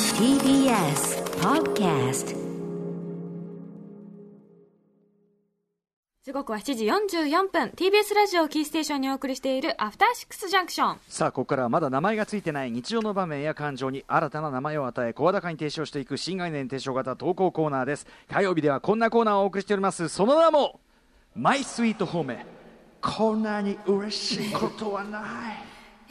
TBS Podcast 時刻は7時44分 TBS ラジオをキーステーションにお送りしているアフターシックスジャンクションさあここからはまだ名前がついてない日常の場面や感情に新たな名前を与え声高に提唱していく新概念提唱型投稿コーナーです火曜日ではこんなコーナーをお送りしておりますその名も「マイスイートホーム」こんなに嬉しいことはない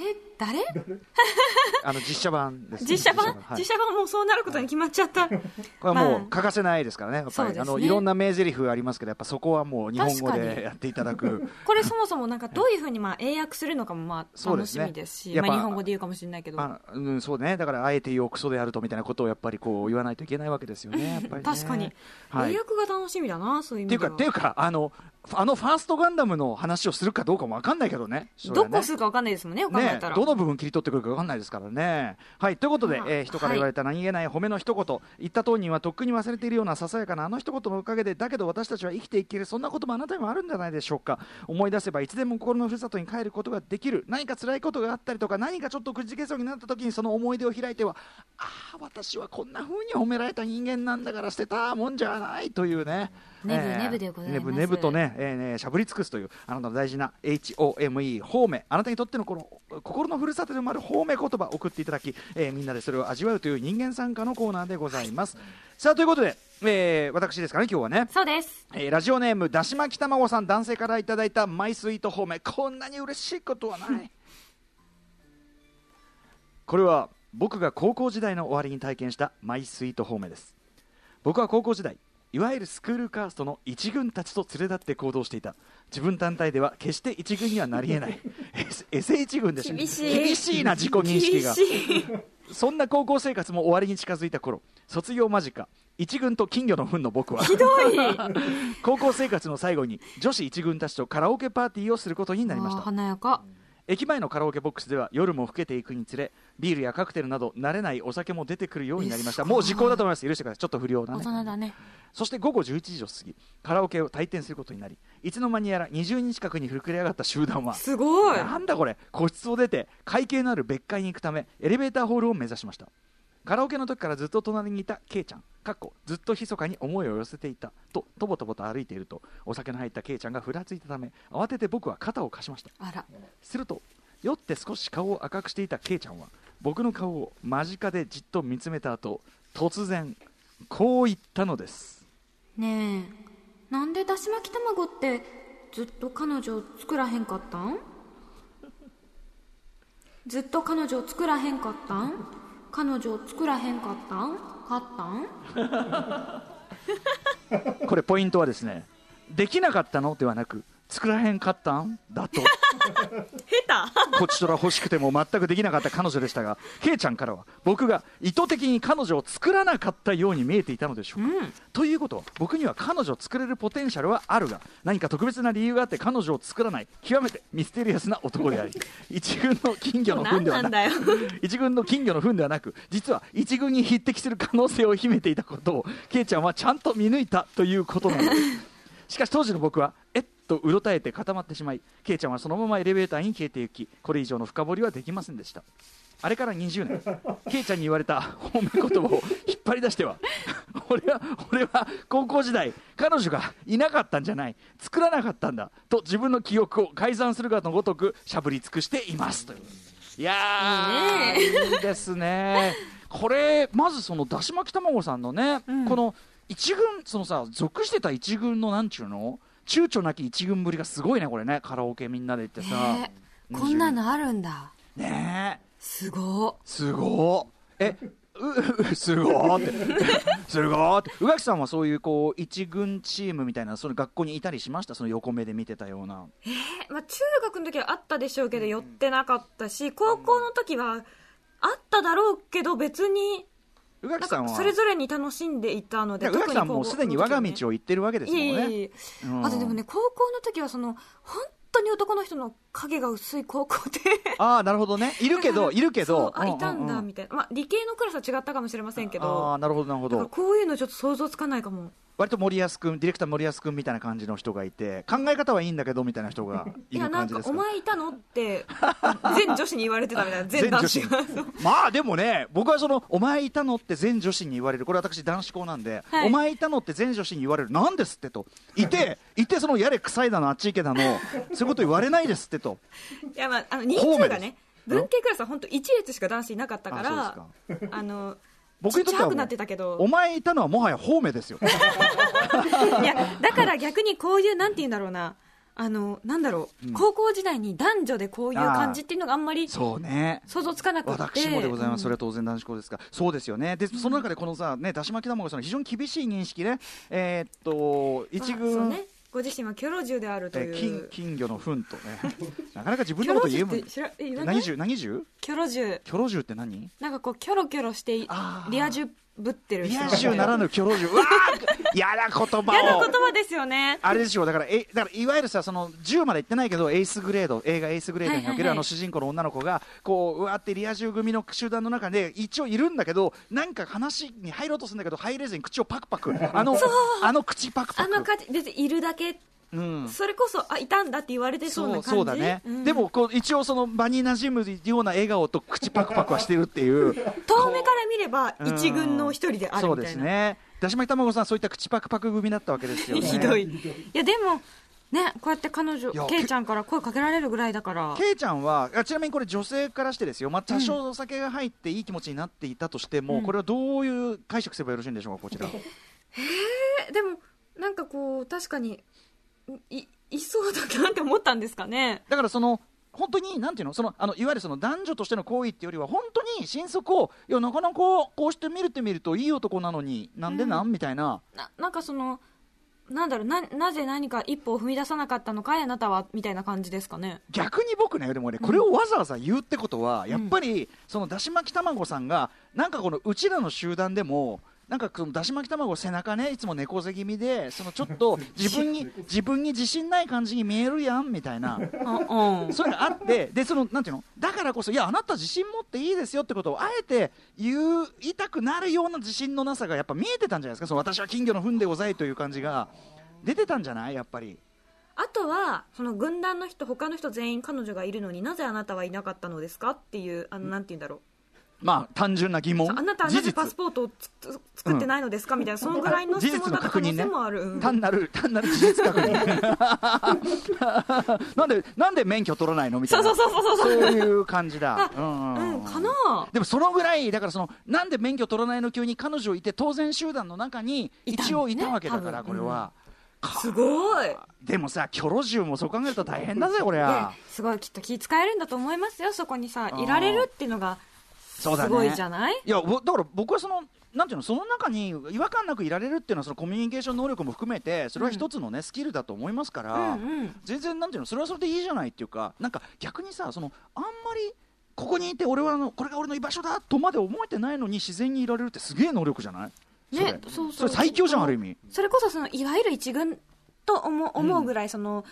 え誰 あの実写版ですね、実写版はい実写版もうそうなることに決まっちゃった、 これはもまう欠かせないですからねやっそぱうり、ですねあのいろんな名台詞ありますけどやっぱそこはもう日本語確かにでやっていただくこれそもそもなんかどういうふうにまあ英訳するのかもまあそうで楽すしねみですしやっぱまあ、日本語で言うかもしれないけど、まあうん、そうねだからあえて言おうクソであるとみたいなことをやっぱりこう言わないといけないわけですよねやっぱりね確かに、はい英訳が楽しみだなそういう意ってい味ではうか、っていうか、あの、あのファーストガンダムの話をするかどうかもわかんないけどね。それどはねこするかわかんないですもんねよく考えねたら、、どの部分切り取ってくるかわかんないですからね。はい、ということで、まあえー人から言われた何気ない褒めの一言、言った当人はとっくに忘れているようなささやかなあの一言のおかげで、だけど私たちは生きていける、そんなこともあなたにもあるんじゃないでしょうか。思い出せばいつでも心のふるさとに帰ることができる、何か辛いことがあったりとか、何かちょっとくじけそうになった時にその思い出を開いては、ああ、私はこんな風に褒められた人間なんだから捨てたもんじゃないというね。ねぶえーねぶでございますねぶねぶとねねえーねしゃぶり尽くすというあなたの大事な HOME 方面あなたにとってのこの心のふるさとでもある方面言葉を送っていただき、えーみんなでそれを味わうという人間参加のコーナーでございます、さあということで、えー私ですかね今日はねそうですえーラジオネームだし巻きたまごさん男性からいただいたマイスイート方面こんなに嬉しいことはないこれは僕が高校時代の終わりに体験したマイスイート方面です僕は高校時代いわゆるスクールカーストの一軍たちと連れ立って行動していた自分単体では決して一軍にはなりえない エセ一軍でした厳しい厳しいな自己認識が厳しいそんな高校生活も終わりに近づいた頃卒業間近一軍と金魚の糞の僕は 高校生活の最後に女子一軍たちとカラオケパーティーをすることになりましあーた華やか駅前のカラオケボックスでは夜も更けていくにつれビールやカクテルなど慣れないお酒も出てくるようになりましたもう時効だと思います許してくださいちょっと不良な、大ね、人だねそして午後11時を過ぎカラオケを退店することになりいつの間にやら20人近くに膨れ上がった集団はすごいなんだこれ個室を出て会計のある別階に行くためエレベーターホールを目指しましたカラオケの時からずっと隣にいた K ちゃんかっこずっと密かに思いを寄せていたととぼとぼと歩いているとお酒の入った K ちゃんがふらついたため慌てて僕は肩を貸しましたあらすると酔って少し顔を赤くしていた K ちゃんは僕の顔を間近でじっと見つめた後突然こう言ったのですねえなんでだし巻き卵ってずっと彼女を作らへんかったんずっと彼女を作らへんかったん彼女を作らへんかったんかったんこれポイントはですねできなかったのではなく作らへんかったんだと下こちとら欲しくても全くできなかった彼女でしたが、ケイちゃんからは僕が意図的に彼女を作らなかったように見えていたのでしょうか。うんということは、僕には彼女を作れるポテンシャルはあるが、何か特別な理由があって彼女を作らない、極めてミステリアスな 男であり、一軍の金魚の糞何ではなんなだよ 一軍の金魚の糞ではなく、実は一軍に匹敵する可能性を秘めていたことを、ケイちゃんはちゃんと見抜いたということなのです。しかし当時の僕はえっとうろたえて固まってしまいケイちゃんはそのままエレベーターに消えていきこれ以上の深掘りはできませんでしたあれから20年ケイちゃんに言われた褒め言葉を引っ張り出しては 俺は俺は高校時代彼女がいなかったんじゃない作らなかったんだと自分の記憶を改ざんするがのごとくしゃぶり尽くしていますといういやーいい,、ですねこれまずそのだし巻き卵さんのね、んこの一軍そのさ属してた一軍のなんちゅうの躊躇なき一軍ぶりがすごいねこれねカラオケみんなで行ってさ、こんな のあるんだねえすごすごーえうすごーって すごーって宇垣さんはそういうこう一軍チームみたいなその学校にいたりしましたその横目で見てたようなえ、まあ、中学の時はあったでしょうけど寄ってなかったし高校の時はあっただろうけど別に宇垣さんはそれぞれに楽しんでいたのいやで宇垣さんもうすでに我が道を行ってるわけですもんいえいえねいえうんあとでもね高校の時はその本当に男の人の影が薄い高校でああなるほどねいる けどいるけどそうあいたんうだううみたいな、まあ、理系のクラスは違ったかもしれませんけあどあなるほどなるほだからどこういうのちょっと想像つかないかも割と森保君ディレクター森保君みたいな感じの人がいて考え方はいいんだけどみたいな人がいいやるな感んじかですおか前いたのって全女子に言われてたみたいな全全男女子子にがそう まあでもね僕はそのお前いたのって全女子に言われるこれ私男子校なんで、はいお前いたのって全女子に言われるなんですってといていてそのやれ臭いだのあっち行けだのそういうこと言われないですってといやまああの人数がね文系クラスは本当一列しか男子いなかったかあらそうあの僕ちっにとちってゃはくなもってたけうおど前いたのはもはや方面ですよいやだから逆にこういうなんて言うんだろうなあのなんだろう、高校時代に男女でこういう感じっていうのがあんまり想そうね像つかなくて私もでございます、そうんれは当然男子校ですが、そうですよね、でその中でこのさ、ね、だし巻き卵さんの非常に厳しい認識ね、えーっと一あそう軍、ねご自身はキョロ獣であるとえーいう金金魚の糞とね、なかなか自分キのョこロと言え獣んっもんて、知らえ言わない何獣、何獣、キョロ獣キョロ獣って何なんかこうキョロキョロしていあーリア充ぶってるリ人ア充ならぬキョロ獣、うわー、や嫌な言な葉を言。葉ですよねあれでしょうだからえだからいわゆるさその10まで行ってないけどエースグレード映画「エースグレード」におはいはいはけるいあの主人公の女の子がこううわーってリア充組の集団の中で一応いるんだけどなんか話に入ろうとするんだけど入れずに口をパクパクあのあの口パクパあクの感じ別にいるだけうん、それこそあいたんだって言われてそうな感そうじそうだね、んでもこう一応その場に馴染むような笑顔と口パクパクはしてるっていう遠目から見ればうん 一軍の一人であるそみうたいなですねだし巻き卵さんそういった口パクパク組だったわけですよ ねひどいいやでもねこうやって彼いや女ケイちゃんから声かけられるぐらいだからケイちゃんはあちなみにこれ女性からしてですよ、まあ、多少お酒が入っていい気持ちになっていたとしても、うんこれはどういう解釈すればよろしいんでしょうかこちら えでもなんかこう確かにいいそうだなって思ったんですかねだからその本当になんていうのそのあのいわゆるその男女としての行為っていうよりは本当に心底をいやなかなかこうして見るって見るといい男なのになんでなん、みたいなななんかそのなんだろうななぜ何か一歩を踏み出さなかったのかいあなたはみたいな感じですかね逆に僕ねでもねこれをわざわざ言うってことは、やっぱりそのだし巻き卵さんがなんかこのうちらの集団でもなんかこのだし巻き卵背中ねいつも猫背気味でそのちょ っと自分に自分に自信ない感じに見えるやんみたいなうんうんそういうのがあってでそのなんていうのだからこそいやあなた自信持っていいですよってことをあえて言う言いたくなるような自信のなさがやっぱ見えてたんじゃないですかその私は金魚の糞でございという感じが出てたんじゃないやっぱり。あとはその軍団の人他の人全員彼女がいるのになぜあなたはいなかったのですかっていうあのなんて言うんだろまあ単純な疑問うあなたあな事た実パスポートをつつ作ってないのですかみたいなそのぐらいの質問だった可能性もある、うん単なる単なる事実 確認なんでなんで免許取らないのみたいなそうそうそうそうそうそういう感じだ、うんうんうん、かなでもそのぐらいだからそのなんで免許取らないの急に彼女いて当然集団の中にいたんだね一応いたわけだから多分これは、すごいでもさキョロ獣もそう考えると大変だぜこりゃねすごいきっと気使えるんだと思いますよそこにさうんいられるっていうのがすそうだねごいじゃないいやぼだから僕はそのなんていうのその中に違和感なくいられるっていうのはそのコミュニケーション能力も含めてそれは一つのね、スキルだと思いますから、うんうん全然なんていうのそれはそれでいいじゃないっていうかなんか逆にさそのあんまりここにいて俺はあのこれが俺の居場所だとまで思えてないのに自然にいられるってすげえ能力じゃないそれねそうそそうれ最強じゃんある意味それこそそのいわゆる一軍と思う思うぐらいその、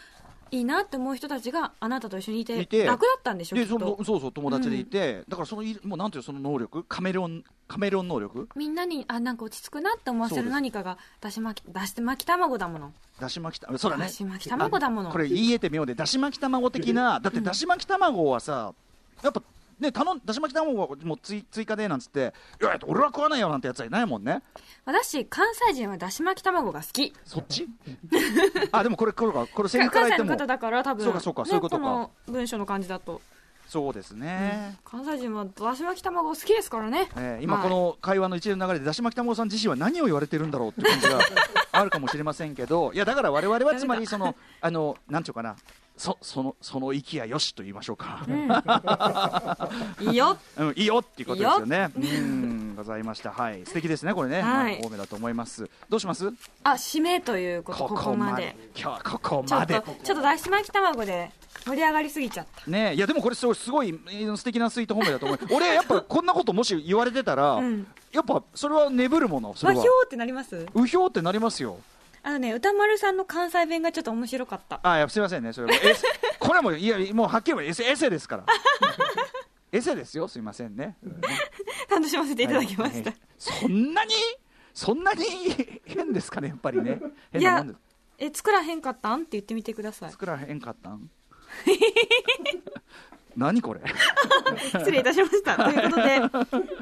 いいなって思う人たちがあなたと一緒にいていて楽だったんでしょきでっそとのそうそう友達でいて、だからそのいもうなんていうのその能力カメレオンカメレオン能力みんなにあなんか落ち着くなって思わせそうでるす何かがだし巻きだして巻き卵だものだし巻きたそうだねだし巻き卵だものあこれ言い得て妙でだし巻き卵的なだってだし巻き卵はさやっぱね頼んだし巻き卵はもう追追加でなんつっていや俺は食わないよなんてやつはいないもんね私関西人はだし巻き卵が好きそ っちあでもこれこれかこれセリフから関西言ってのも方だから多分そうかそうかねそういうことかの文章の感じだとそうですね、関西人はだし巻き卵好きですからね、えー今はいこの会話の一連の流れでだし巻き卵さん自身は何を言われてるんだろうっていう感 じがあるかもしれませんけどいやだから我々はつま りそのあのなんていうかなそそのその息やよしと言いましょうか、 いいようん、いいよっていうことですよね。うん、ございました。はい、素敵ですね、これね、はいまあ多めだと思います。どうします。あ締めということここまで。今日はここちょまっとで。ちょっとだし巻き卵で盛り上がりすぎちゃったねえ、いやでもこれすごいすごいえー素敵なスイートホームだと思う 俺やっぱこんなこともし言われてたら、んやっぱそれは眠るものそ和れは表ってなりますうひょうってなりますよあのね歌丸さんの関西弁がちょっと面白かったあいやすいませんねそれは エセこれはもういやもうはっきり言えばエセエセですから エセですよすいませんね楽しませていただきました、はいそんなにそんなに 変ですかねやっぱり ね変いなもやんですえ作らへんかったんって言ってみてください作らへんかったん 何これ失礼いたしました。ということで、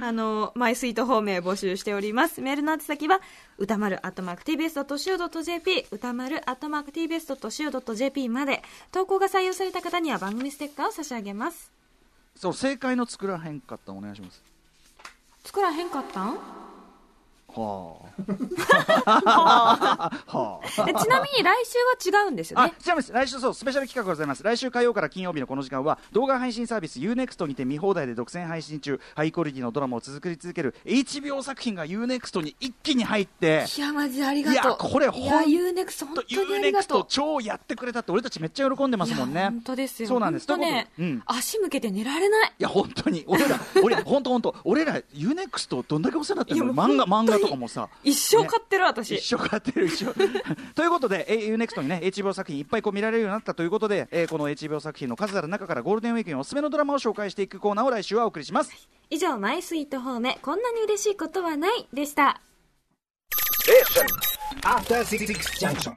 あの、マイスイート方面募集しております。メールの宛先は、歌丸、アットマーク tbs.co.jp、歌丸、アットマーク tbs.co.jp まで、投稿が採用された方には番組ステッカーを差し上げます。そう正解の作らへんかったんお願いします作らへんかったんはあはあえちなみに来週は違うんですよあね。ちなみに来週そうスペシャル企画がございます来週火曜から金曜日のこの時間は動画配信サービス UNEXT にて見放題で独占配信中ハイクオリティのドラマを作り続ける HBO 作品が UNEXT に一気に入っていや、マジでありがいとう。やこれいや、ほんユーネクスト、本当にありがと UNEXT う。超やってくれたって俺たちめっちゃ喜んでますもんいやね本当ですよ。そうなんです本当ね、ということでうん足向けて寝られない。いや本当に 俺ら俺本当本当俺ら UNEXT どんだけお世話になってるのいやもう漫画漫本当に画とかもさ一生買ってる、私。一緒買って る一緒ということで UNEXT にね HBO 作品いっぱいこう見られるようになったということで、えーこの HBO 作品の数ある中からゴールデンウィークにおすすめのドラマを紹介していくコーナーを来週はお送りします以上、マイスイート方面、こんなに嬉しいことはないでした。 After Six Junction.